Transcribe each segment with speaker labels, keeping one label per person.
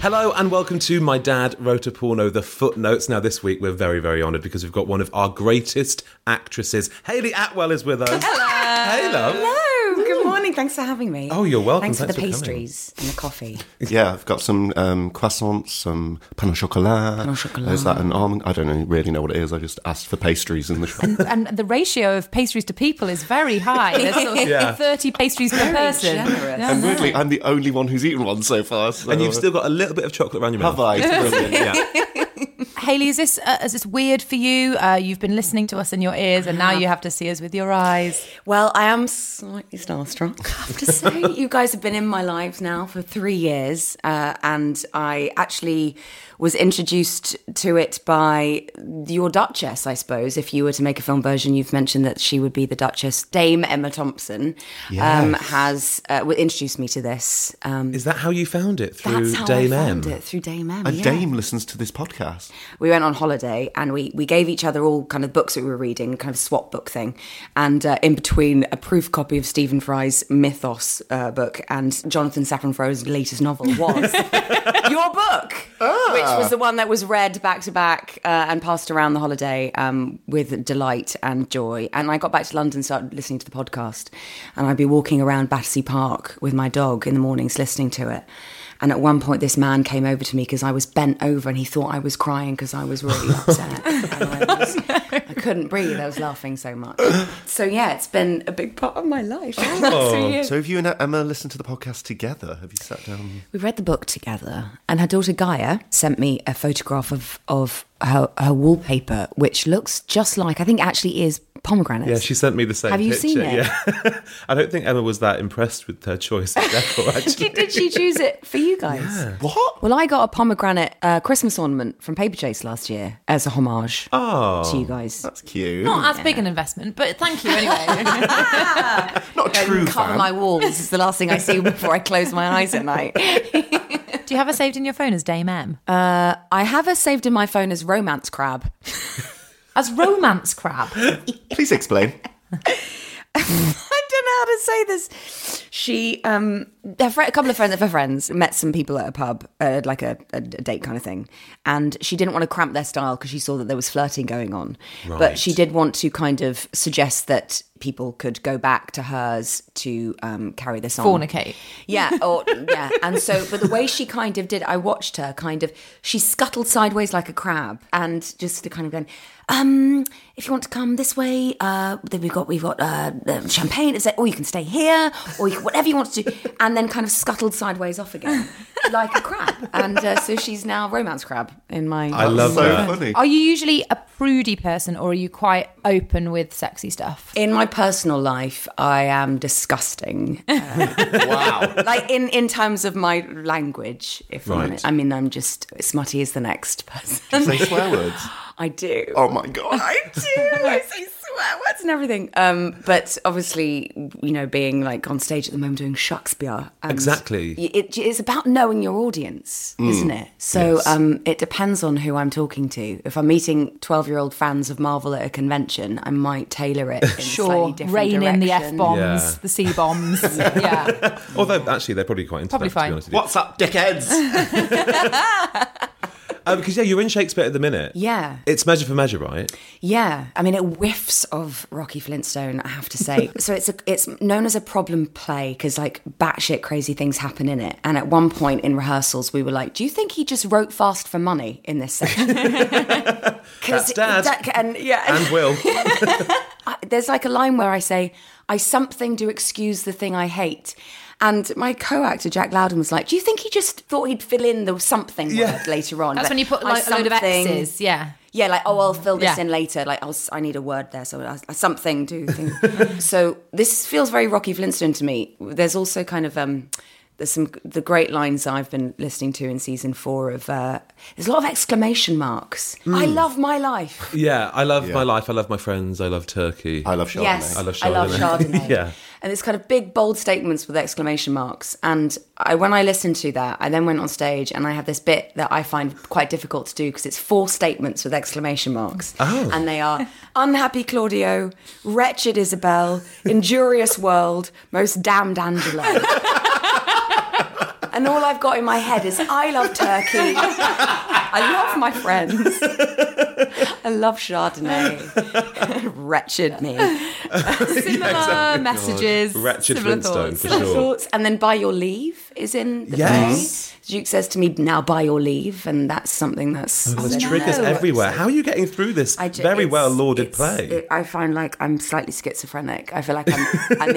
Speaker 1: Hello and welcome to My Dad Wrote a Porno, The Footnotes. Now, this week we're very, very honoured because we've got one of our greatest actresses. Hayley Atwell is with us. Hello. Hey, love.
Speaker 2: Hello. Good morning. Thanks for having me.
Speaker 1: Oh, you're welcome.
Speaker 2: Thanks, for the
Speaker 1: coming.
Speaker 2: pastries and the coffee.
Speaker 3: Yeah, I've got some um, croissants, some pan au chocolat.
Speaker 2: au chocolat.
Speaker 3: Is that an almond? I don't know, really know what it is. I just asked for pastries in the shop.
Speaker 4: and the ratio of pastries to people is very high. There's sort of
Speaker 1: Yeah.
Speaker 4: 30 pastries per person.
Speaker 2: generous.
Speaker 4: Yeah.
Speaker 3: and weirdly, I'm the only one who's eaten one so far. So.
Speaker 1: And you've still got a little bit of chocolate around your mouth.
Speaker 3: have I? Brilliant.
Speaker 1: Yeah.
Speaker 4: Haley, is this uh, is this weird for you? Uh, you've been listening to us in your ears, and now you have to see us with your eyes.
Speaker 2: Well, I am slightly starstruck. I have to say, you guys have been in my lives now for three years, uh, and I actually was introduced to it by your Duchess, I suppose. If you were to make a film version, you've mentioned that she would be the Duchess. Dame Emma Thompson um,
Speaker 3: Yes.
Speaker 2: has uh, w- introduced me to this. Um,
Speaker 1: Is that how you found it? Through
Speaker 2: that's how
Speaker 1: Dame
Speaker 2: I
Speaker 1: M?
Speaker 2: found it through Dame M.
Speaker 3: And
Speaker 2: yeah.
Speaker 3: Dame listens to this podcast.
Speaker 2: we went on holiday and we, we gave each other all kind of books that we were reading, kind of swap book thing. And uh, in between, a proof copy of Stephen Fry's Mythos uh, book and Jonathan Safran Foer's latest novel was your book, which was the one that was read back to back uh, and passed around the holiday um, with delight and joy. And I got back to London, started listening to the podcast, and I'd be walking around Battersea Park with my dog in the mornings listening to it. And at one point, this man came over to me because I was bent over, and he thought I was crying because I was really upset. and I, was, I couldn't breathe; I was laughing so much. So yeah, it's been a big part of my life. Three years.
Speaker 3: So have you and Emma listened to the podcast together? Have you sat down?
Speaker 2: We read the book together, and her daughter Gaia sent me a photograph of of her, her wallpaper, which looks just like I think actually is pomegranates.
Speaker 1: Yeah, she sent me the same
Speaker 2: Have you
Speaker 1: picture.
Speaker 2: seen it?
Speaker 1: Yeah. I don't think Emma was that impressed with her choice of decor, actually.
Speaker 2: Did- Did she choose it for you guys?
Speaker 3: What?
Speaker 2: Well, I got a pomegranate uh, Christmas ornament from Paper Chase last year as a homage
Speaker 1: Oh.
Speaker 2: to you guys.
Speaker 3: That's cute.
Speaker 4: Not as big an investment, but thank you anyway.
Speaker 3: Not a true
Speaker 2: Cover
Speaker 3: fan.
Speaker 2: my walls is the last thing I see before I close my eyes at night.
Speaker 4: Do you have her saved in your phone as Dame M? Uh,
Speaker 2: I have her saved in my phone as Romance Crab.
Speaker 4: As Romance Crab.
Speaker 3: Please explain.
Speaker 2: I don't know how to say this. She, um, her fri a couple of friends of her friends met some people at a pub, uh, like a, a, a date kind of thing, and she didn't want to cramp their style because she saw that there was flirting going on, but she did want to kind of suggest that people could go back to hers to um, carry this on.
Speaker 4: Fornicate.
Speaker 2: Yeah, or yeah, and so but the way she kind of did, I watched her kind of. She scuttled sideways like a crab, and just to kind of going, um, if you want to come this way, uh, then we've got we've got uh, the champagne. It's like, or you can stay here, or you, whatever you want to do, and then kind of scuttled sideways off again, like a crab. And uh, so she's now romance crab in my.
Speaker 1: I love
Speaker 3: so
Speaker 1: that.
Speaker 3: funny.
Speaker 4: Are you usually a prudy person, or are you quite open with sexy stuff?
Speaker 2: in my personal life, I am disgusting.
Speaker 3: wow.
Speaker 2: like in in terms of my language if
Speaker 1: Right.
Speaker 2: I'm honest. i mean i'm just smutty as the next person
Speaker 3: Say swear words.
Speaker 2: i do
Speaker 3: Oh my god.
Speaker 2: i do i say swear words and everything um but obviously you know being like on stage at the moment doing shakespeare um, and
Speaker 1: Exactly.
Speaker 2: y- it, it's about knowing your audience isn't it so um it depends on who i'm talking to if i'm meeting 12 year old fans of marvel at a convention i might tailor it in a slightly
Speaker 4: Sure,
Speaker 2: different
Speaker 4: rein in the
Speaker 2: direction.
Speaker 4: F bombs,
Speaker 1: Yeah.
Speaker 4: the C bombs. yeah.
Speaker 1: Although, actually, they're probably quite into
Speaker 4: Probably
Speaker 1: that, to
Speaker 4: fine.
Speaker 1: be honest with you.
Speaker 3: What's up, dickheads?
Speaker 1: Uh, because, yeah, you're in Shakespeare at the minute.
Speaker 2: yeah
Speaker 1: It's measure for measure, right?
Speaker 2: Yeah, I mean it whiffs of Rocky Flintstone. I have to say. so it's a, it's known as a problem play because like batshit crazy things happen in it. And at one point in rehearsals, we were like, "Do you think he just wrote fast for money in this section?" Because
Speaker 1: That's Dad.
Speaker 2: and yeah,
Speaker 1: And Will.
Speaker 2: I- there's like a line where I say, I something do excuse the thing I hate. And my co actor, Jack Loudon, was like, Do you think he just thought he'd fill in the something word later on?
Speaker 4: That's
Speaker 2: But
Speaker 4: when you put
Speaker 2: I
Speaker 4: like a load of
Speaker 2: something-
Speaker 4: X's. Yeah.
Speaker 2: Yeah, like, oh, I'll fill this
Speaker 4: Yeah.
Speaker 2: in later. Like, I'll, si need a word there. So I, I- something do. Thing. so this feels very Rocky Flintstone to me. There's also kind of. um there's some the great lines I've been listening to in season four of uh, there's a lot of exclamation marks. I love my life.
Speaker 1: Yeah, I love my life. I love my friends. I love Turkey.
Speaker 3: I love Chardonnay.
Speaker 2: Yes,
Speaker 1: I love
Speaker 2: I love
Speaker 1: Chardonnay.
Speaker 2: Chardonnay.
Speaker 1: Yeah.
Speaker 2: And it's kind of big, bold statements with exclamation marks. And I, when I listened to that, I then went on stage and I had this bit that I find quite difficult to do because it's four statements with exclamation marks.
Speaker 1: Oh.
Speaker 2: And they are unhappy Claudio, wretched Isabel, injurious world, most damned Angela. and all I've got in my head is I love turkey. I love my friends. I love Chardonnay. Wretched me.
Speaker 4: Similar messages.
Speaker 1: Wretched
Speaker 4: similar
Speaker 1: Flintstone,
Speaker 4: thoughts.
Speaker 1: for sure.
Speaker 2: Thoughts. And then by your leave is in the
Speaker 1: Yes.
Speaker 2: play. Duke says to me, now by your leave. And that's something that's.
Speaker 1: There's triggers everywhere. How are you getting through this
Speaker 2: I ju-
Speaker 1: very
Speaker 2: it's-
Speaker 1: well lauded
Speaker 2: it's-
Speaker 1: play?
Speaker 2: it- I find like I'm slightly schizophrenic. I feel like I'm, I'm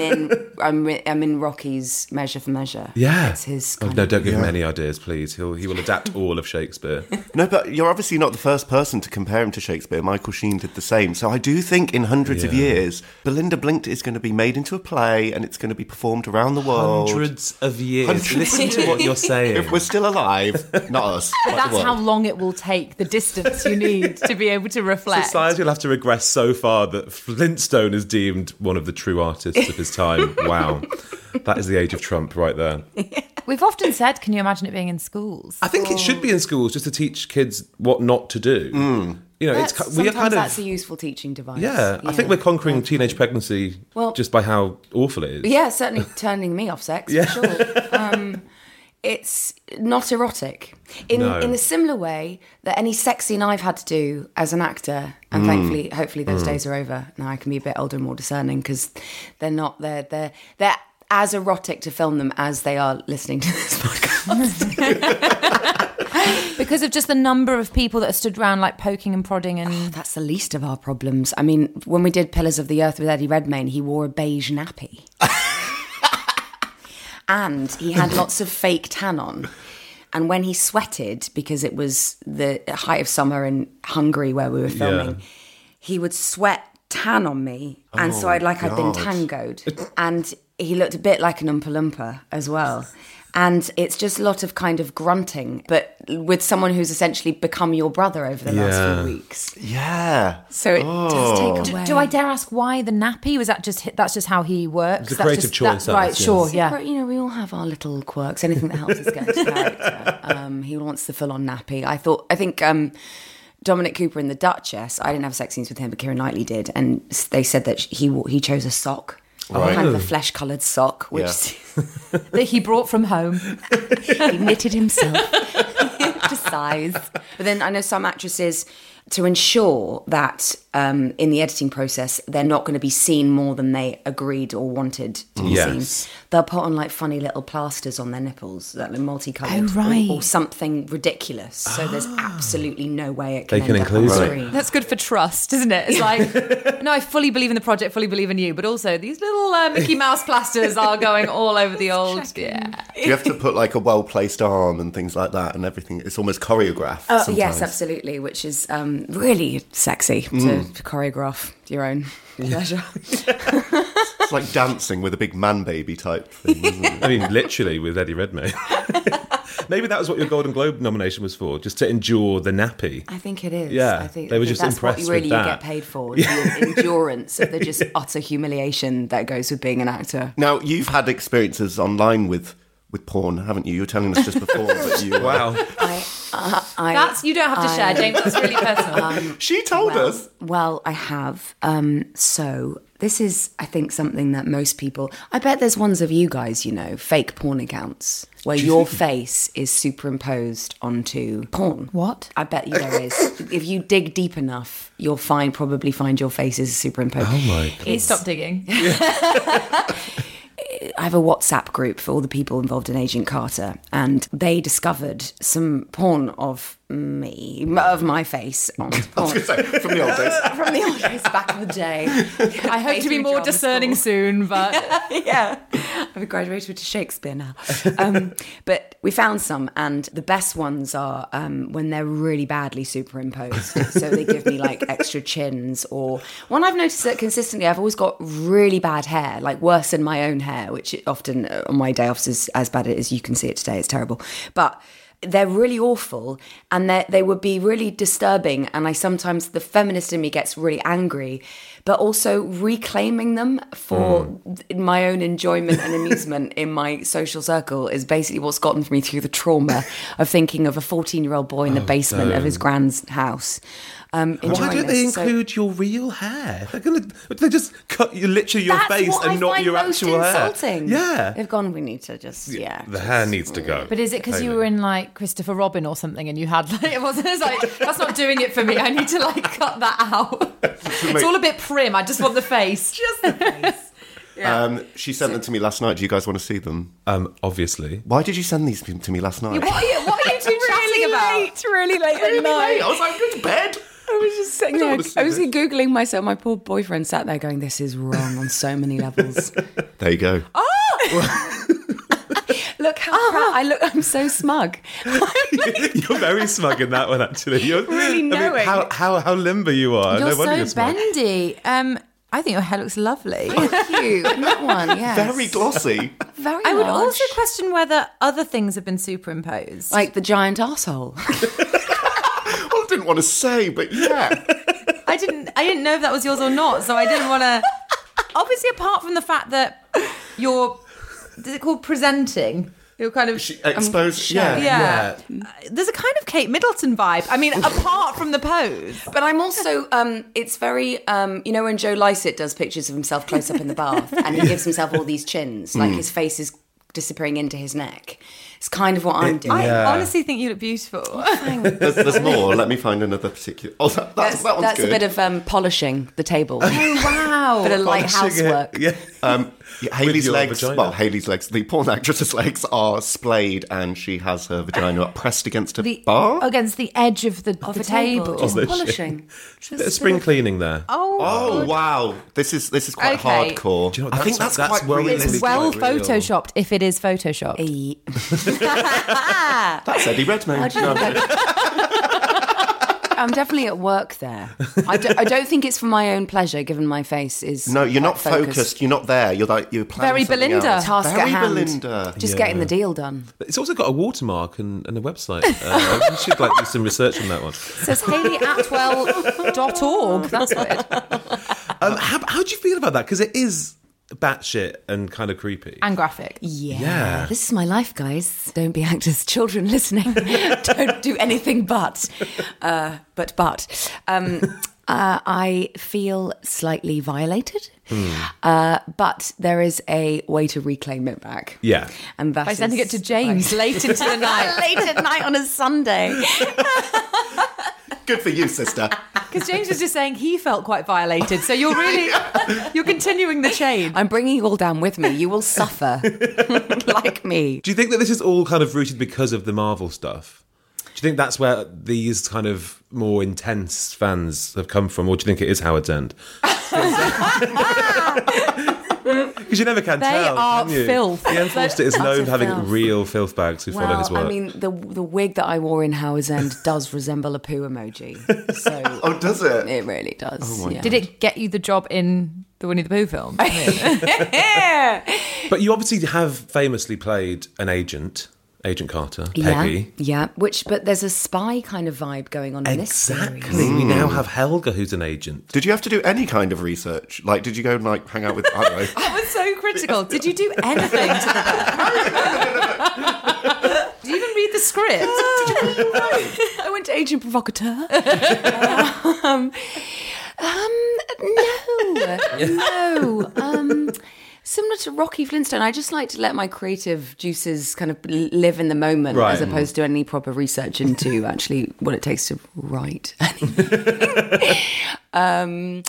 Speaker 2: in I'm, re- I'm in Rocky's Measure for Measure.
Speaker 1: yeah.
Speaker 2: it's his.
Speaker 1: Oh,
Speaker 2: Kind
Speaker 1: no,
Speaker 2: of-
Speaker 1: don't give him any ideas, please. He'll he will adapt all of Shakespeare.
Speaker 3: No, but you're obviously not the first person to compare him to Shakespeare. Michael Sheen did the same. So I do think in hundreds of
Speaker 1: Yeah.
Speaker 3: years, Belinda Blinked is going to be made into a play and it's going to be performed around the world.
Speaker 1: Hundreds of years.
Speaker 3: Hundreds.
Speaker 1: Listen to what you're saying.
Speaker 3: If we're still alive, not us. but the
Speaker 4: That's
Speaker 3: world.
Speaker 4: how long it will take, the distance you need to be able to reflect.
Speaker 1: Society will have to regress so far that Flintstone is deemed one of the true artists of his time. Wow. That is the age of Trump right there.
Speaker 4: We've often said, can you imagine it being in schools?
Speaker 1: I think it should be in schools just to teach kids what not to do. You know,
Speaker 2: Hmm.
Speaker 1: it's
Speaker 2: That's,
Speaker 1: ki- we are
Speaker 2: sometimes
Speaker 1: kind
Speaker 2: that's
Speaker 1: of
Speaker 2: a useful teaching device.
Speaker 1: yeah, I think we're conquering teenage pregnancy
Speaker 2: Well-
Speaker 1: just by how awful it is.
Speaker 2: Yeah, certainly turning me off sex for sure. Um, it's not erotic in
Speaker 1: No.
Speaker 2: in a similar way that any sex scene I've had to do as an actor, and thankfully, hopefully, those days are over. Now I can be a bit older and more discerning because they're not they're they're they're as erotic to film them as they are listening to this podcast.
Speaker 4: because of just the number of people that are stood around like poking and prodding and
Speaker 2: Oh, That's the least of our problems. I mean, when we did Pillars of the Earth with Eddie Redmayne, he wore a beige nappy. and he had lots of fake tan on. And when he sweated, because it was the height of summer in Hungary where we were filming,
Speaker 1: Yeah.
Speaker 2: he would sweat tan on me. And
Speaker 1: Oh,
Speaker 2: so I'd like I'd been tangoed. And he looked a bit like an Oompa Loompa as well. And it's just a lot of kind of grunting, but with someone who's essentially become your brother over the last
Speaker 1: Yeah.
Speaker 2: few weeks.
Speaker 3: Yeah.
Speaker 2: So it does take
Speaker 4: do,
Speaker 2: away.
Speaker 4: do I dare ask why the nappy? Was that just that's just how he works?
Speaker 1: It's a
Speaker 4: That's
Speaker 1: creative
Speaker 4: just-
Speaker 1: choice,
Speaker 4: that- right?
Speaker 1: that's, yeah.
Speaker 4: Sure.
Speaker 2: But,
Speaker 4: Yeah.
Speaker 2: You know, we all have our little quirks. Anything that helps us get into character. Um, he wants the full-on nappy. I thought. I think um, Dominic Cooper in The Duchess. I didn't have sex scenes with him, but Kieran Knightley did, and s- they said that he wa- he chose a sock.
Speaker 3: Right.
Speaker 2: Kind of a flesh-coloured sock, which
Speaker 4: that he brought from home.
Speaker 2: he knitted himself to size. But then I know some actresses to ensure that um, in the editing process they're not going to be seen more than they agreed or wanted to be
Speaker 1: Yes.
Speaker 2: seen. They'll put on like funny little plasters on their nipples, like multicolored,
Speaker 4: Oh, right.
Speaker 2: or, or something ridiculous. So there's absolutely no way it can,
Speaker 1: They can
Speaker 2: end
Speaker 1: include
Speaker 2: up on
Speaker 1: it.
Speaker 2: screen.
Speaker 4: That's good for trust, isn't it? It's like, no, I fully believe in the project, fully believe in you, but also these little uh, Mickey Mouse plasters are going all over the old. Yeah.
Speaker 3: Do you have to put like a well placed arm and things like that and everything? It's almost choreographed.
Speaker 4: Oh,
Speaker 2: Uh,
Speaker 3: sometimes.
Speaker 2: yes, absolutely, which is um, really sexy
Speaker 1: Mm.
Speaker 2: to, to choreograph your own pleasure.
Speaker 3: It's like dancing with a big man baby type thing. Isn't it?
Speaker 1: I mean, literally with Eddie Redmayne. Maybe that was what your Golden Globe nomination was for, just to endure the nappy.
Speaker 2: I think it is.
Speaker 1: Yeah,
Speaker 2: I think,
Speaker 1: they were
Speaker 2: I think
Speaker 1: just
Speaker 2: that's
Speaker 1: impressed
Speaker 2: what
Speaker 1: with
Speaker 2: you really
Speaker 1: that.
Speaker 2: you get paid for is the endurance of the just utter humiliation that goes with being an actor.
Speaker 3: Now you've had experiences online with with porn, haven't you? You were telling us just before that you.
Speaker 1: Wow.
Speaker 2: I, uh, I,
Speaker 4: That's you don't have to share, James. That's really personal.
Speaker 3: She told
Speaker 2: well,
Speaker 3: us.
Speaker 2: Well, I have. Um, so this is, I think, something that most people. I bet there's ones of you guys, you know, fake porn accounts where your face is superimposed onto porn.
Speaker 4: What?
Speaker 2: I bet you there is. if you dig deep enough, you'll find probably find your face is superimposed. Oh
Speaker 1: my God.
Speaker 2: It's
Speaker 4: Stop digging.
Speaker 2: I have a WhatsApp group for all the people involved in Agent Carter, and they discovered some porn of me, of my face. On porn.
Speaker 3: So, from the old days.
Speaker 2: From the old days, back in the day.
Speaker 4: I hope to be more discerning soon, but
Speaker 2: yeah. I've graduated to Shakespeare now. Um, but we found some, and the best ones are um, when they're really badly superimposed. So they give me like extra chins, or one I've noticed that consistently I've always got really bad hair, like worse than my own hair, which often uh, on my day offs is as bad as you can see it today. It's terrible. But they're really awful and they they would be really disturbing and i sometimes the feminist in me gets really angry but also reclaiming them for
Speaker 1: Hmm.
Speaker 2: th- my own enjoyment and amusement in my social circle is basically what's gotten me through the trauma of thinking of a 14 year old boy in the basement of his grand's house um,
Speaker 1: Oh, Why
Speaker 2: enjoying
Speaker 1: don't they
Speaker 2: this. So-
Speaker 1: include your real hair? They're gonna they just cut you literally your
Speaker 2: That's
Speaker 1: face
Speaker 2: what
Speaker 1: and
Speaker 2: I
Speaker 1: not
Speaker 2: find
Speaker 1: your
Speaker 2: most
Speaker 1: actual
Speaker 2: insulting.
Speaker 1: hair. Yeah,
Speaker 2: they've gone. We need to just yeah.
Speaker 1: the hair needs to go.
Speaker 4: But is it because you were in like Christopher Robin or something and you had like, it wasn't it's like, that's not doing it for me. I need to like cut that out. It's all a bit prim. I just want the face. Just the face.
Speaker 3: Um, she sent them to me last night. Do you guys want to see them?
Speaker 1: Um, obviously,
Speaker 3: Why did you send these to me last night?
Speaker 4: What are you, what are you two chatting about?
Speaker 2: really late at night.
Speaker 3: I was like, go to bed.
Speaker 2: I was just sitting there. I
Speaker 3: wanna
Speaker 2: was
Speaker 3: see this.
Speaker 2: googling myself. My poor boyfriend sat there going, "This is wrong on so many levels."
Speaker 3: There you go.
Speaker 2: look how proud I look. I'm so smug.
Speaker 1: you're very smug in that one. Actually, you're
Speaker 2: Really knowing.
Speaker 1: how, how how limber you are.
Speaker 4: You're
Speaker 1: no wonder you're
Speaker 4: so
Speaker 1: smug.
Speaker 4: bendy. Um, I think your hair looks lovely.
Speaker 2: Cute. That one, yes.
Speaker 3: Very glossy.
Speaker 2: Very
Speaker 4: I would
Speaker 2: large.
Speaker 4: also question whether other things have been superimposed.
Speaker 2: like the giant arsehole.
Speaker 3: I didn't want to say, but yeah.
Speaker 4: I didn't I didn't know if that was yours or not, so I didn't want to. Obviously, apart from the fact that you're, is it called presenting? You're kind of.
Speaker 3: She exposed. yeah.
Speaker 2: showing.
Speaker 4: yeah. Uh, There's a kind of Kate Middleton vibe. I mean, apart from the pose.
Speaker 2: But I'm also, um, it's very, um, you know, when Joe Lycett does pictures of himself close up in the bath and he gives himself all these chins, like his face is disappearing into his neck. It's kind of what I'm doing.
Speaker 4: I
Speaker 1: Yeah.
Speaker 4: honestly think you look beautiful.
Speaker 3: There's, there's more. Let me find another particular. Oh, that, that's,
Speaker 2: That's,
Speaker 3: that one's
Speaker 2: that's Oh, a
Speaker 3: good.
Speaker 2: bit of um, polishing the table.
Speaker 4: wow.
Speaker 2: bit of light
Speaker 1: Polishing it.
Speaker 2: housework.
Speaker 1: Yeah.
Speaker 3: Um, yeah, Haley's
Speaker 1: your
Speaker 3: legs.
Speaker 1: vagina.
Speaker 3: Well, Haley's legs. The porn actress's legs are splayed, and she has her vagina pressed against a
Speaker 4: The-
Speaker 3: bar.
Speaker 4: Against the edge of the, the table.
Speaker 2: Just
Speaker 1: Oh,
Speaker 2: polishing.
Speaker 1: Bit of spring cleaning there.
Speaker 4: Oh,
Speaker 3: Oh wow! This is this is quite
Speaker 4: Okay.
Speaker 3: hardcore.
Speaker 1: Do you know what,
Speaker 3: I think
Speaker 1: that's-
Speaker 3: that's,
Speaker 1: that's
Speaker 3: quite
Speaker 1: well
Speaker 3: realistic.
Speaker 1: realistic.
Speaker 4: it's well
Speaker 1: quite real.
Speaker 4: photoshopped if it is photoshopped.
Speaker 2: E-
Speaker 3: That's Eddie Redmayne. No,
Speaker 2: I'm definitely at work there. I, do, not think it's for my own pleasure, given my face is.
Speaker 3: no, you're not
Speaker 2: quite
Speaker 3: focused. You're not there. You're like you're planning
Speaker 4: Very
Speaker 3: something
Speaker 4: Belinda.
Speaker 3: else.
Speaker 2: Task
Speaker 3: Very
Speaker 2: at hand.
Speaker 3: Belinda.
Speaker 2: Just getting the deal done.
Speaker 1: It's also got a watermark and, and a website. Uh, I should like do some research on that one.
Speaker 4: It says haleyatwell.org. That's weird.
Speaker 2: Uh,
Speaker 1: Um, how, how do you feel about that? Because it is batshit and kind of creepy.
Speaker 4: And graphic.
Speaker 2: Yeah.
Speaker 1: Yeah.
Speaker 2: This is my life, guys. Don't be actors. Children listening, don't do anything but. Uh, but, but. Um, uh, I feel slightly violated,
Speaker 3: Hmm.
Speaker 2: uh, but there is a way to reclaim it back.
Speaker 1: yeah.
Speaker 2: And that
Speaker 4: By sending it
Speaker 2: is
Speaker 4: to James late into the night.
Speaker 2: late at night on a Sunday.
Speaker 3: Good for you, sister.
Speaker 4: Because James was just saying he felt quite violated. So you're really, you're continuing the chain.
Speaker 2: I'm bringing you all down with me. You will suffer like me.
Speaker 1: Do you think that this is all kind of rooted because of the Marvel stuff? Do you think that's where these kind of more intense fans have come from, or do you think it is Howard's End? Because you never can
Speaker 4: They
Speaker 1: tell.
Speaker 4: are
Speaker 1: can you?
Speaker 4: filth.
Speaker 1: Ian Forster is known
Speaker 2: utter
Speaker 1: for having
Speaker 2: filth.
Speaker 1: real filth bags who follow his
Speaker 2: Well,
Speaker 1: work.
Speaker 2: I mean, the the wig that I wore in Howard's End does resemble a poo emoji. So
Speaker 3: Oh, does it?
Speaker 2: it really
Speaker 1: Oh
Speaker 2: does. yeah.
Speaker 4: Did it get you the job in the Winnie the Pooh film?
Speaker 1: but you obviously have famously played an agent, Agent Carter, Peggy.
Speaker 2: Yeah, yeah. Which, but there's a spy kind of vibe going on in this series.
Speaker 1: Exactly. We now have Helga, who's an agent.
Speaker 3: Did you have to do any kind of research? Like, did you go and like hang out with? I don't know.
Speaker 4: That was so critical. Did you do anything to the Did you even read the script?
Speaker 2: I went to Agent Provocateur. um, um, no, no. Um, similar to Rocky Flintstone, I just like to let my creative juices kind of l- live in the moment
Speaker 1: Right.
Speaker 2: as opposed to any proper research into actually what it takes to write. um,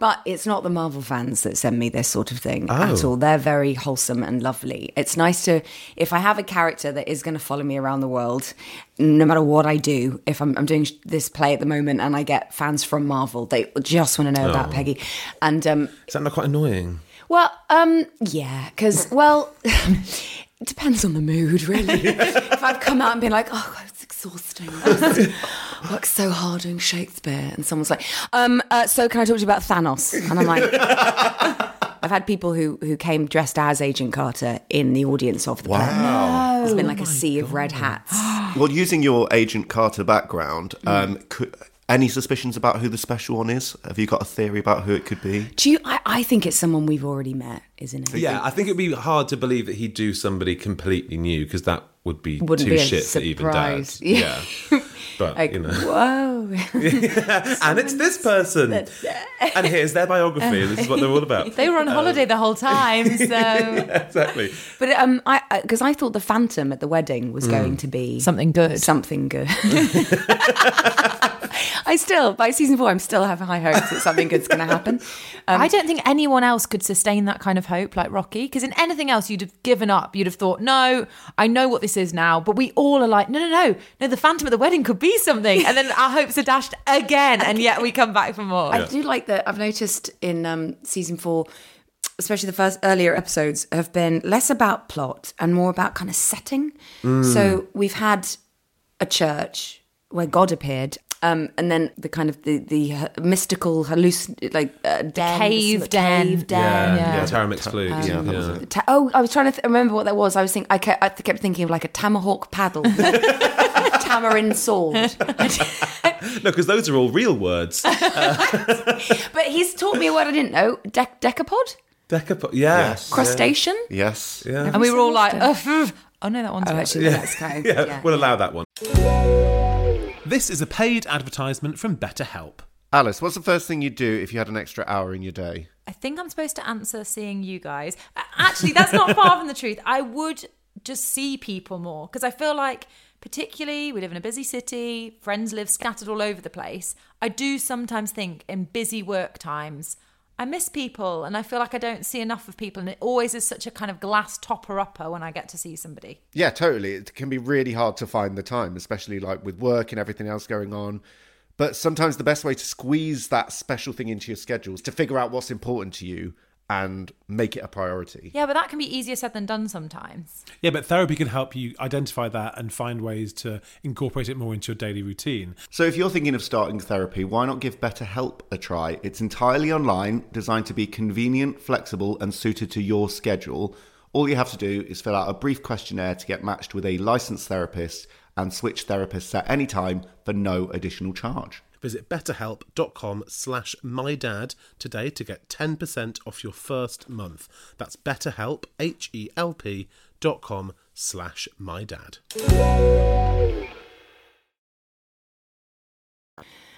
Speaker 2: but it's not the Marvel fans that send me this sort of thing at all. They're very wholesome and lovely. It's nice to, if I have a character that is going to follow me around the world, no matter what I do, if I'm, I'm doing sh- this play at the moment and I get fans from Marvel, they just want to know about Peggy. And um,
Speaker 1: Is that not quite annoying?
Speaker 2: well, um, yeah, because well, it depends on the mood, really. if I've come out and been like, oh, God, it's exhausting. I worked so hard doing Shakespeare, and someone's like, um, uh, so can I talk to you about Thanos? And I'm like. I've had people who, who came dressed as Agent Carter in the audience of the play.
Speaker 3: Wow.
Speaker 1: Oh
Speaker 2: There's been like a sea of red hats.
Speaker 3: Well, using your Agent Carter background, um, could, any suspicions about who the special one is? Have you got a theory about who it could be?
Speaker 2: Do you? I, I think it's someone we've already met, isn't it?
Speaker 1: Yeah, I think it'd be hard to believe that he'd do somody completely new because that would be
Speaker 2: Wouldn't
Speaker 1: too
Speaker 2: be a
Speaker 1: shit to even dad.
Speaker 2: surprise.
Speaker 1: Yeah.
Speaker 2: Yeah.
Speaker 1: But
Speaker 2: Like,
Speaker 1: you know,
Speaker 2: whoa.
Speaker 1: and it's this person, and here's their biography. this is what they're all about.
Speaker 4: They were on holiday the whole time, so
Speaker 1: exactly.
Speaker 2: But um, I because I thought the Phantom at the wedding
Speaker 1: Hmm.
Speaker 2: was going to be
Speaker 4: something good.
Speaker 2: something good. I still by season four, I'm still having high hopes that something good's going to happen.
Speaker 4: I don't think anyone else could sustain that kind of hope like Rocky, because in anything else you'd have given up. You'd have thought, no, I know what this is now. But we all are like, no, no, no, no. The Phantom at the wedding could be something, and then our hopes are dashed again, and yet we come back for more.
Speaker 2: I do like that. I've noticed in um, season four, especially the first earlier episodes, have been less about plot and more about kind of setting.
Speaker 4: Mm.
Speaker 2: So we've had a church where God appeared. Um, and then the kind of the the uh, mystical hallucin like uh, den,
Speaker 4: cave
Speaker 2: cave
Speaker 4: den.
Speaker 1: Yeah,
Speaker 2: den.
Speaker 1: yeah.
Speaker 4: yeah.
Speaker 1: Taram excludes.
Speaker 3: Yeah, that was it.
Speaker 2: Ta- oh, I was trying to th- remember what that was. I was think I kept I kept thinking of like a tomahawk paddle, tamarind sword.
Speaker 1: No, because those are all real words.
Speaker 2: But he's taught me a word I didn't know: De- decapod,
Speaker 1: Decapo- yeah.
Speaker 3: Yes.
Speaker 2: crustacean.
Speaker 3: Yes.
Speaker 1: Yeah.
Speaker 4: and we were all like, oh, oh no, that one's
Speaker 2: Oh,
Speaker 4: good.
Speaker 2: actually, that's kind of,
Speaker 1: yeah.
Speaker 2: yeah.
Speaker 1: We'll allow that one. This is a paid advertisement from BetterHelp.
Speaker 3: Alice, what's the first thing you'd do if you had an extra hour in your day?
Speaker 4: I think I'm supposed to answer seeing you guys. A- Actually, that's not far from the truth. I would just see people more because I feel like, particularly, we live in a busy city, friends live scattered all over the place. I do sometimes think in busy work times, I miss people and I feel like I don't see enough of people. And it always is such a kind of glass topper upper when I get to see somebody.
Speaker 5: Yeah, totally. It can be really hard to find the time, especially like with work and everything else going on. But sometimes the best way to squeeze that special thing into your schedule is to figure out what's important to you and make it a priority.
Speaker 4: Yeah, but that can be easier said than done sometimes.
Speaker 6: Yeah, but therapy can help you identify that and find ways to incorporate it more into your daily routine.
Speaker 3: So, if you're thinking of starting therapy, why not give BetterHelp a try? It's entirely online, designed to be convenient, flexible, and suited to your schedule. All you have to do is fill out a brief questionnaire to get matched with a licensed therapist and switch therapists at any time for no additional charge.
Speaker 7: Visit betterhelp.com slash mydad today to get 10% off your first month. That's betterhelp,
Speaker 1: E
Speaker 7: H-E-L-P dot com slash mydad.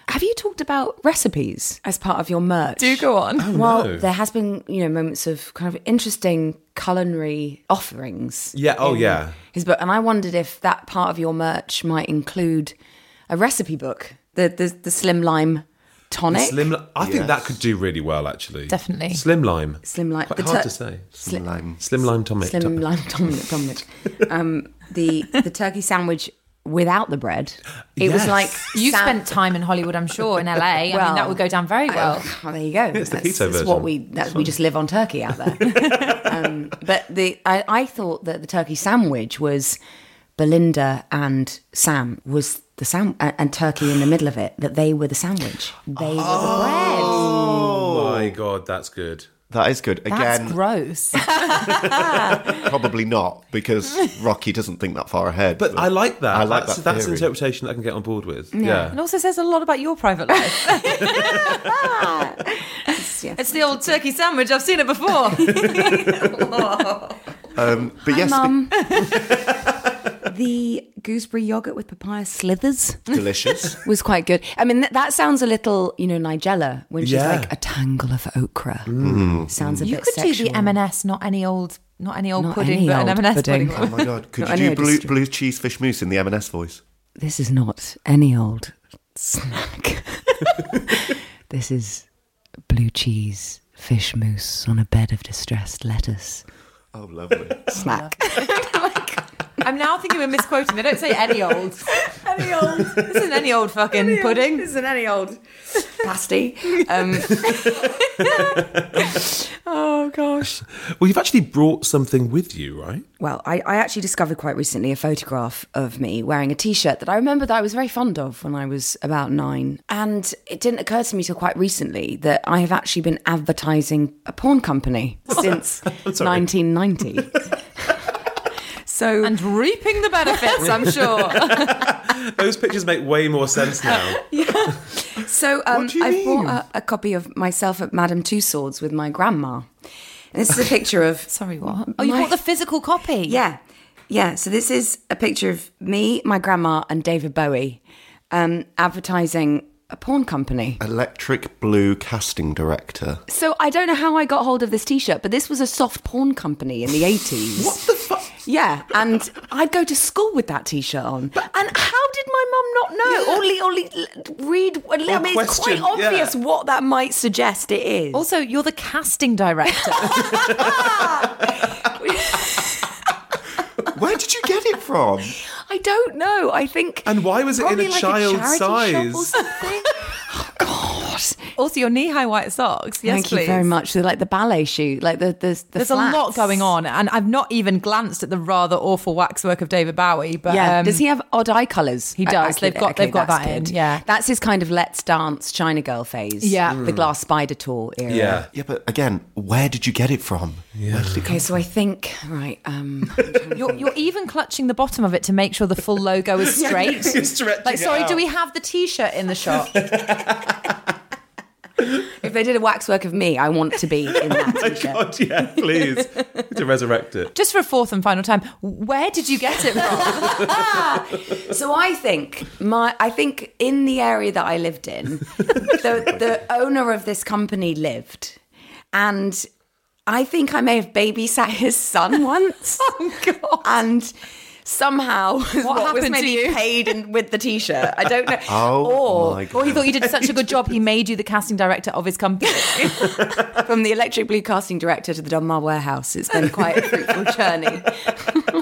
Speaker 2: Have you talked about recipes as part of your merch?
Speaker 4: Do go on.
Speaker 1: Oh,
Speaker 2: well, there has been you know moments of kind of interesting culinary offerings.
Speaker 1: Yeah, oh,
Speaker 2: in
Speaker 1: yeah.
Speaker 2: His book, and I wondered if that part of your merch might include a recipe book, the the, the slim lime tonic,
Speaker 1: Slim, I think that could do really well, actually.
Speaker 4: Definitely.
Speaker 1: Slim lime.
Speaker 2: Slim lime-
Speaker 1: Quite
Speaker 2: the
Speaker 1: hard
Speaker 2: tur-
Speaker 1: to say.
Speaker 2: slim,
Speaker 3: Lime.
Speaker 1: Slim lime tonic.
Speaker 2: slim lime Dominic Dominic, um, the the turkey sandwich without the bread. It was
Speaker 1: Yes.
Speaker 2: like
Speaker 4: You
Speaker 2: sa-
Speaker 4: spent time in Hollywood, I'm sure, in LA. I mean,
Speaker 2: Well,
Speaker 4: that would go down very well.
Speaker 2: Well, Oh, there you go.
Speaker 1: it's the
Speaker 2: that's,
Speaker 1: keto
Speaker 2: that's what
Speaker 1: version.
Speaker 2: we that's we just live on turkey out there. um, but the I, I thought that the turkey sandwich was Belinda and Sam was the sam and, and turkey in the middle of it that they were the sandwich. They were the bread.
Speaker 1: Oh my god, that's good.
Speaker 3: That is good.
Speaker 4: That's
Speaker 3: Again,
Speaker 4: gross.
Speaker 3: probably not because Rocky doesn't think that far ahead.
Speaker 1: But I like that.
Speaker 3: I like
Speaker 1: that's,
Speaker 3: that
Speaker 1: that's
Speaker 3: theory.
Speaker 1: interpretation I can get on board with. Yeah.
Speaker 4: It also says a lot about your private life.
Speaker 2: Yes.
Speaker 4: It's the old turkey sandwich. I've seen it before.
Speaker 3: But yes,
Speaker 2: Mum. the gooseberry yogurt with papaya slithers
Speaker 3: delicious.
Speaker 2: was quite good. I mean, th- that sounds a little, you know, Nigella when she's
Speaker 1: Yeah.
Speaker 2: like a tangle of okra.
Speaker 3: Mm-hmm.
Speaker 2: Sounds a
Speaker 4: you
Speaker 2: bit
Speaker 4: could do the
Speaker 2: sexual.
Speaker 4: M and S, not any old, not any old
Speaker 2: Not
Speaker 4: pudding,
Speaker 2: any
Speaker 4: but
Speaker 2: old
Speaker 4: an M&S pudding.
Speaker 2: pudding.
Speaker 3: oh my god, could
Speaker 2: I
Speaker 3: you do
Speaker 2: know,
Speaker 3: blue,
Speaker 2: just-
Speaker 3: blue cheese fish mousse in the M&S voice?
Speaker 2: this is not any old snack. this is blue cheese, fish mousse on a bed of distressed lettuce.
Speaker 3: Oh, lovely.
Speaker 2: Snack.
Speaker 4: I'm now thinking we're misquoting. They don't say any old. any old. This isn't any old fucking pudding.
Speaker 2: This isn't any old pasty. Um, oh, gosh.
Speaker 1: Well, you've actually brought something with you, right?
Speaker 2: Well, I, I actually discovered quite recently a photograph of me wearing a t shirt that I remember that I was very fond of when I was about nine. And it didn't occur to me till quite recently that I have actually been advertising a porn company since 1990. So
Speaker 4: and reaping the benefits, I'm sure.
Speaker 1: Those pictures make way more sense now.
Speaker 2: So um, I bought a, a copy of myself at Madame Two Swords with my grandma. And this is a picture of.
Speaker 4: Sorry, what? Oh, you
Speaker 2: My-
Speaker 4: bought the physical copy?
Speaker 2: Yeah. Yeah. So this is a picture of me, my grandma, and David Bowie um, advertising a porn company.
Speaker 1: Uh,
Speaker 3: Electric Blue casting director.
Speaker 2: So I don't know how I got hold of this t shirt, but this was a soft porn company in the 80s. what the fuck? Yeah, and I'd go to school with that T-shirt on. and how did my mum not know? Only, only read. I mean, it's
Speaker 1: question,
Speaker 2: quite obvious
Speaker 1: yeah.
Speaker 2: what that might suggest it is.
Speaker 4: Also, you're the casting director.
Speaker 3: Where did you get it from?
Speaker 2: I don't know. I think.
Speaker 1: And why was it in
Speaker 2: probably
Speaker 1: a
Speaker 2: like
Speaker 1: child's
Speaker 2: charity
Speaker 1: size?
Speaker 2: shop or something. oh God!
Speaker 4: also, your knee-high white socks. Yes,
Speaker 2: Thank
Speaker 4: please.
Speaker 2: you very much. They're like the ballet shoot, like the the, the
Speaker 4: There's a lot
Speaker 2: flats.
Speaker 4: going on, and I've not even glanced at the rather awful waxwork of David Bowie. But
Speaker 2: Yeah.
Speaker 4: um,
Speaker 2: does he have odd eye colours?
Speaker 4: He
Speaker 2: Uh,
Speaker 4: does. They've got- they've got
Speaker 2: that's
Speaker 4: that in,
Speaker 2: good.
Speaker 4: yeah.
Speaker 2: that's his kind of let's dance China girl phase. Mm.
Speaker 4: Yeah.
Speaker 2: the glass spider tour era.
Speaker 1: Yeah.
Speaker 3: Yeah, but again, where did you get it from?
Speaker 2: Okay, so I think right. Um,
Speaker 4: You're, you're even clutching the bottom of it to make sure the full logo is straight.
Speaker 1: You're stretching
Speaker 4: like,
Speaker 1: it
Speaker 4: sorry, do
Speaker 1: out.
Speaker 4: we have the T-shirt in the shop?
Speaker 2: if they did a waxwork of me, I want to be in that t-shirt.
Speaker 1: God, yeah, please. to resurrect it.
Speaker 4: Just for a fourth and final time, where did you get it from?
Speaker 2: So I think my I think in the area that I lived in, the, the owner of this company lived, and I think I may have babysat his son once. oh God! And somehow what, was
Speaker 4: happened to
Speaker 2: maybe
Speaker 4: you?
Speaker 2: paid in, with the T-shirt. I don't know.
Speaker 3: Oh
Speaker 2: or
Speaker 3: my
Speaker 4: or he
Speaker 3: God.
Speaker 4: thought you did such a good job, he made you the casting director of his company.
Speaker 2: from the Electric Blue casting director to the Dunmar warehouse, it's been quite a fruitful journey.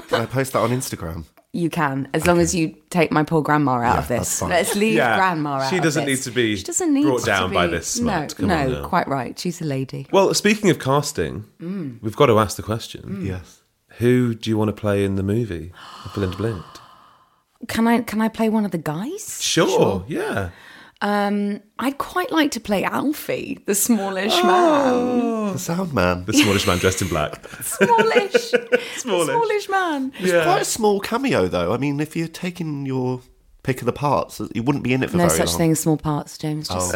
Speaker 3: Can I post that on Instagram?
Speaker 2: You can, as long as you take my poor grandma out of this.
Speaker 3: Yeah, that's fine.
Speaker 2: Let's leave
Speaker 1: Yeah.
Speaker 2: grandma out.
Speaker 1: She
Speaker 2: of
Speaker 1: doesn't
Speaker 2: this.
Speaker 1: need to be
Speaker 2: She doesn't need
Speaker 1: brought
Speaker 2: to
Speaker 1: down
Speaker 2: be-
Speaker 1: by this smart.
Speaker 2: No,
Speaker 1: Come on
Speaker 2: no,
Speaker 1: now.
Speaker 2: quite right. She's a lady.
Speaker 1: Well, speaking of casting,
Speaker 2: Mm.
Speaker 1: we've got to ask the question.
Speaker 3: Yes.
Speaker 1: Who do you want to play in the movie of Belinda Blinked?
Speaker 2: Can I can I play one of the guys?
Speaker 1: Sure, yeah.
Speaker 2: Um, I'd quite like to play Alfie, the smallish
Speaker 1: Oh.
Speaker 2: man.
Speaker 3: The sound man.
Speaker 1: The smallish man dressed in black.
Speaker 2: Smallish,
Speaker 1: Smallish.
Speaker 2: smallish man.
Speaker 1: Yeah.
Speaker 3: Quite a small cameo, though. I mean, if you're taking your pick of the parts, you wouldn't be in it for
Speaker 2: No
Speaker 3: very
Speaker 2: such
Speaker 3: long. Oh.
Speaker 2: thing as small parts, James. Just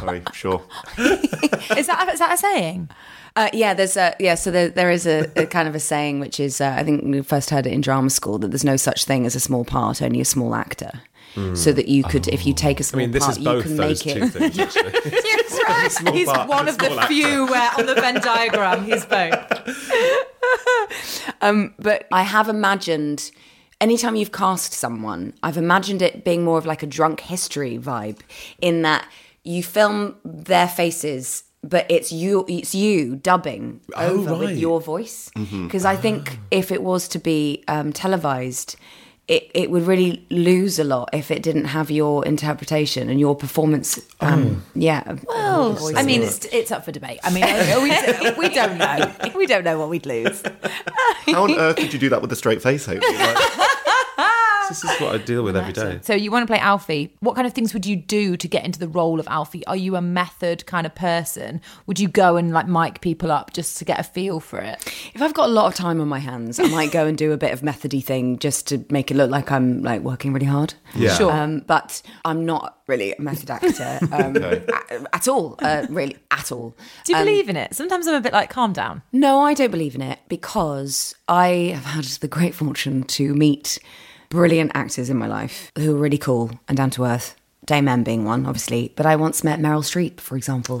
Speaker 3: Sorry, sure.
Speaker 4: Is that is that a saying?
Speaker 2: Uh, yeah, there's a yeah. So there, there is a, a kind of a saying which is uh, I think we first heard it in drama school that there's no such thing as a small part, only a small actor.
Speaker 3: Hmm.
Speaker 2: So that you could, if you
Speaker 1: Oh.
Speaker 2: take a
Speaker 1: I
Speaker 2: small
Speaker 1: mean, this
Speaker 2: part,
Speaker 1: is both
Speaker 2: you can
Speaker 1: those
Speaker 2: make
Speaker 1: two
Speaker 2: it.
Speaker 1: things, actually. Small
Speaker 4: he's
Speaker 1: part,
Speaker 4: one of the
Speaker 1: small actor.
Speaker 4: few
Speaker 2: uh,
Speaker 4: where on the Venn diagram he's both.
Speaker 2: But I have imagined. Anytime you've cast someone, I've imagined it being more of like a drunk history vibe, in that you film their faces, but it's you, it's you dubbing over
Speaker 1: Oh, right. Mm-hmm. Ah.
Speaker 2: with your voice. Because I think if it was to be um, televised, it, it would really lose a lot if it didn't have your interpretation and your performance.
Speaker 1: Oh.
Speaker 2: Um, Yeah.
Speaker 4: Well, I mean, it's, it's up for debate. I mean, we, we don't know. We don't know what we'd lose.
Speaker 3: How on earth did you do that with a straight face, hopefully? Like,
Speaker 1: this is what I deal with every day.
Speaker 4: So you want to play Alfie. What kind of things would you do to get into the role of Alfie? Are you a method kind of person? Would you go and like mic people up just to get a feel for it?
Speaker 2: If I've got a lot of time on my hands, I might go and do a bit of methody thing just to make it look like I'm like working really hard.
Speaker 1: Yeah.
Speaker 4: Sure.
Speaker 2: Um, but I'm not really a method actor um, at, at all, uh, really at all.
Speaker 4: Do you
Speaker 2: Um,
Speaker 4: believe in it? Sometimes I'm a bit like, calm down.
Speaker 2: No, I don't believe in it because I have had the great fortune to meet brilliant actors in my life who are really cool and down to earth. Dame M being one, obviously, but I once met Meryl Streep, for example,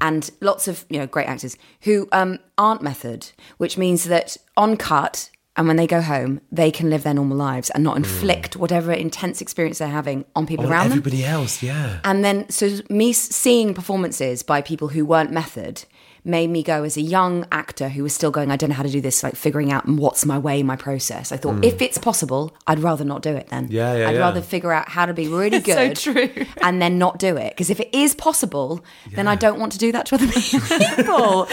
Speaker 2: and lots of you know great actors who um, aren't method, which means that on cut and when they go home, they can live their normal lives and not inflict whatever intense experience they're having on people around them.
Speaker 1: Everybody else, yeah.
Speaker 2: And then, so me s- seeing performances by people who weren't method made me go as a young actor who was still going, I don't know how to do this, like figuring out what's my way, my process. I thought, if it's possible, I'd rather not do it then.
Speaker 1: Mm. Yeah, yeah,
Speaker 2: I'd
Speaker 1: yeah.
Speaker 2: rather figure out how to be really
Speaker 4: so
Speaker 2: good
Speaker 4: true.
Speaker 2: and then not do it. Because if it is possible, then I don't want to do that to other people.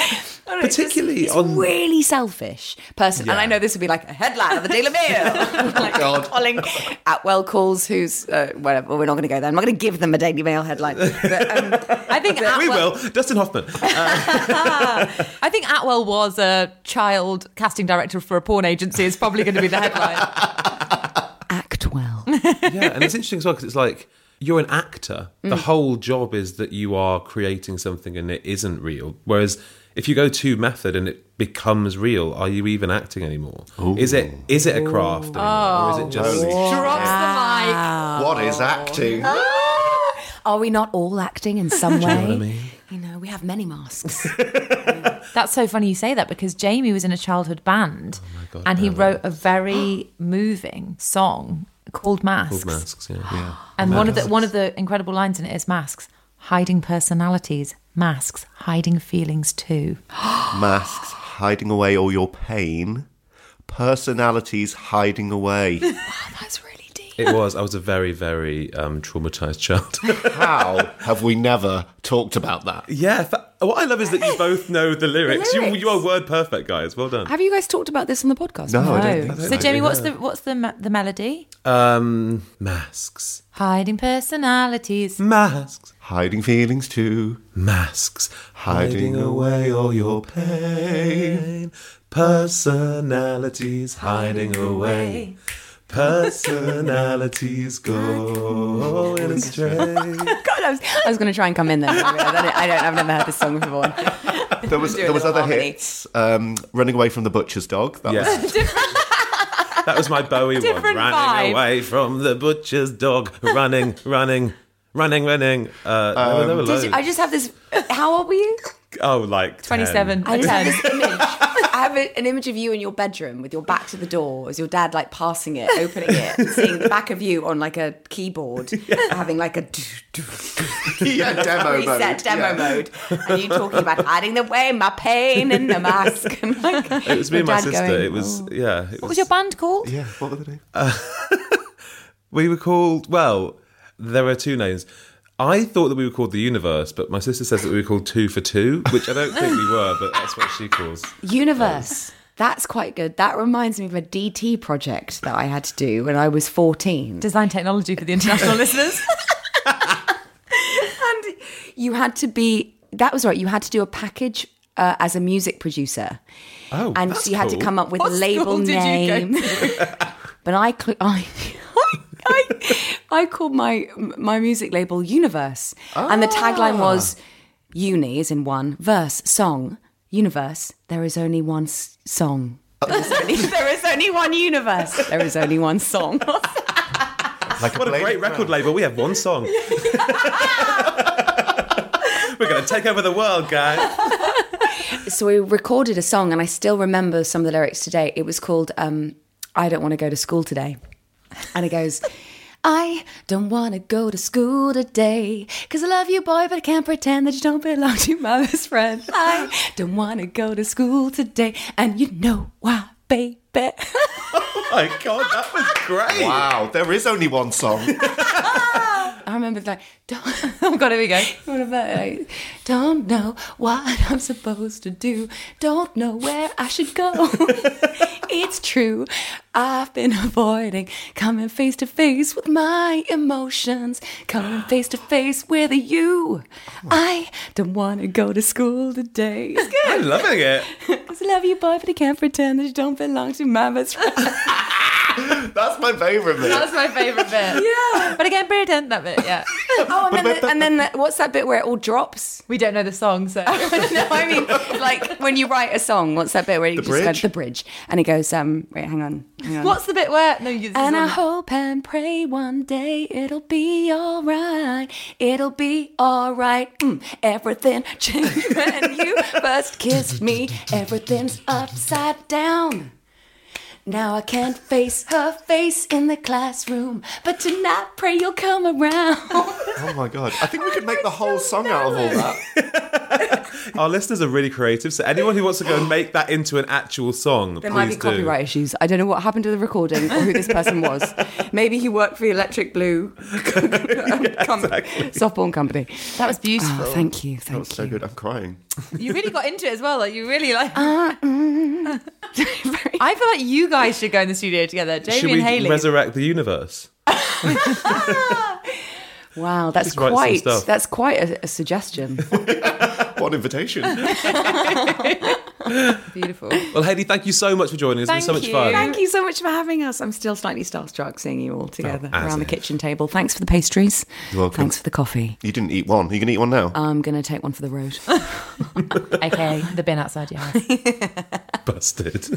Speaker 2: And it's just-
Speaker 1: Particularly
Speaker 2: it's
Speaker 1: on-
Speaker 2: really selfish person. And I know this would be like a headline of the Daily Mail. like Colin Atwell calls who's, uh, whatever, well, we're not going to go there. I'm not going to give them a Daily Mail headline. But, um,
Speaker 4: I think
Speaker 1: We
Speaker 4: Atwell-
Speaker 1: will. Dustin Hoffman. Uh,
Speaker 4: I think Atwell was a child casting director for a porn agency is probably going to be the headline.
Speaker 2: Act well.
Speaker 1: Yeah, and it's interesting as well because it's like you're an actor.
Speaker 4: Mm.
Speaker 1: The whole job is that you are creating something and it isn't real. Whereas if you go to method and it becomes real, are you even acting anymore? Is it is it a craft anymore, or is
Speaker 4: Oh.
Speaker 1: it just
Speaker 3: Holy
Speaker 4: Drops the mic.
Speaker 3: What is acting? Ah!
Speaker 2: Are we not all acting in some way? You know, we have many masks.
Speaker 4: That's so funny you say that because Jamie was in a childhood band and he wrote a very moving song called Masks.
Speaker 1: masks? Yeah. yeah.
Speaker 4: And one of the one of the incredible lines in it is masks hiding personalities, masks hiding feelings too.
Speaker 3: Masks hiding away all your pain. Personalities hiding away.
Speaker 2: That's really deep.
Speaker 1: It was. I was a very, very um, traumatized child.
Speaker 3: How have we never talked about that?
Speaker 1: yeah. fa- What I love is that you both know the lyrics. You,
Speaker 2: lyrics.
Speaker 1: you are word perfect, guys. Well done.
Speaker 2: Have you guys talked about this on the podcast?
Speaker 3: No, I don't think
Speaker 4: So Jamie, what's the what's the me- the melody?
Speaker 1: Um, masks,
Speaker 4: Hiding personalities.
Speaker 1: masks,
Speaker 3: Hiding feelings too.
Speaker 1: masks,
Speaker 3: Hiding away all your
Speaker 1: pain. Personalities hiding away. Personalities going astray.
Speaker 2: God, I was, I was going to try and come in there. I don't, I don't, I've never heard this song before.
Speaker 3: There was
Speaker 2: Do a
Speaker 3: there was
Speaker 2: little
Speaker 3: other
Speaker 2: harmony.
Speaker 3: hits. Um, running away from the butcher's dog. That was
Speaker 1: Yeah. that was my Bowie one.
Speaker 4: Different
Speaker 1: Running
Speaker 4: vibe.
Speaker 1: away from the butcher's dog. Running, running, running, running. Uh, there were- there were
Speaker 2: Did you,
Speaker 1: loads.
Speaker 2: I just have this. How old were you?
Speaker 1: oh, like
Speaker 4: 27.
Speaker 1: 10.
Speaker 2: I just have
Speaker 4: 10.
Speaker 2: this image. I have a, an image of you in your bedroom with your back to the door as your dad like passing it, opening it, and seeing the back of you on like a keyboard, having like a do, do,
Speaker 3: yeah, demo
Speaker 2: reset
Speaker 3: mode.
Speaker 2: demo
Speaker 3: Yeah.
Speaker 2: mode, and you talking about hiding away my pain in the mask. And like,
Speaker 1: It was me and my sister. it was yeah. It
Speaker 4: What was your band called?
Speaker 3: Yeah, what were the names?
Speaker 1: We were called, well, there are two names. I thought that we were called the universe, but my sister says that we were called two for two, which I don't think we were, but that's what she calls.
Speaker 2: Universe. That's quite good. That reminds me of a DT project that I had to do when I was 14.
Speaker 4: Design technology for the international listeners.
Speaker 2: And you had to be, that was right, you had to do a package uh, as a music producer.
Speaker 1: Oh,
Speaker 2: and
Speaker 1: that's
Speaker 2: so you had
Speaker 1: cool.
Speaker 2: to come up with
Speaker 4: What
Speaker 2: a label
Speaker 4: school did you go
Speaker 2: name. but I, cl- I, I, I called my my music label Universe, and the tagline
Speaker 1: Ah.
Speaker 2: was "Uni" is in one verse song. Universe, there is only one s- song. There is only, there is only one universe. There is only one song.
Speaker 3: Like
Speaker 1: What a
Speaker 3: blade
Speaker 1: great
Speaker 3: of
Speaker 1: record label. We have one song. We're going to take over the world, guys.
Speaker 2: so we recorded a song, and I still remember some of the lyrics today. It was called um, "I Don't Want to Go to School Today," and it goes. I don't want to go to school today because I love you, boy, but I can't pretend that you don't belong to my best friend. I don't want to go to school today, and you know why, baby.
Speaker 1: My God, that was great.
Speaker 3: Wow, there is only one song.
Speaker 2: I remember like, don't, oh god, here we go. What about like, don't know what I'm supposed to do. Don't know where I should go. it's true. I've been avoiding coming face to face with my emotions. Coming face to face with you. I don't want to go to school today. It's good.
Speaker 1: I'm loving it.
Speaker 2: 'Cause I love you, boy, but I can't pretend that you don't belong to my best friend.
Speaker 3: That's my favourite bit.
Speaker 4: That's my favourite bit.
Speaker 2: yeah.
Speaker 4: But again, pretend that bit, yeah.
Speaker 2: Oh, and then, the, and then the, what's that bit where it all drops?
Speaker 4: We don't know the song, so
Speaker 2: no, I mean, like when you write a song, what's that bit where you just go
Speaker 3: bridge?
Speaker 2: the bridge and it goes, um, wait, hang on, hang on.
Speaker 4: what's the bit where no you this is
Speaker 2: And I
Speaker 4: on-
Speaker 2: hope and pray one day it'll be all right. It'll be all right. Mm, everything changed when you first kissed me. Everything's upside down. Now I can't face her face in the classroom, but tonight pray you'll come around.
Speaker 3: Oh my god. I think we could make the whole song out of all that.
Speaker 1: Our listeners are really creative, so anyone who wants to go and make that into an actual song,
Speaker 2: There
Speaker 1: please
Speaker 2: might be
Speaker 1: do.
Speaker 2: copyright issues. I don't know what happened to the recording or who this person was. Maybe he worked for the Electric Blue com- softball company.
Speaker 4: That was beautiful.
Speaker 2: Oh, thank you, thank
Speaker 3: That was so good. I'm crying.
Speaker 4: You really got into it as well. Like you really like.
Speaker 2: you.
Speaker 4: I feel like you guys should go in the studio together,
Speaker 1: Should
Speaker 4: Jamie
Speaker 1: we
Speaker 4: and Haley.
Speaker 1: resurrect the universe?
Speaker 2: wow, that's
Speaker 1: Just write some
Speaker 2: quite
Speaker 1: stuff.
Speaker 2: that's quite a, a suggestion.
Speaker 3: What an invitation.
Speaker 4: Beautiful.
Speaker 1: Well, Heidi, thank you so much for joining us. It's been so
Speaker 4: Thank
Speaker 1: much
Speaker 4: you.
Speaker 1: fun.
Speaker 2: Thank you so much for having us. I'm still slightly starstruck seeing you all together
Speaker 1: as
Speaker 2: around the
Speaker 1: if.
Speaker 2: kitchen table. Thanks for the pastries.
Speaker 3: You're welcome.
Speaker 2: Thanks for the coffee.
Speaker 3: You didn't eat one. Are you going to eat one now?
Speaker 2: I'm going to take one for the road.
Speaker 4: okay, the bin outside your house.
Speaker 1: Busted.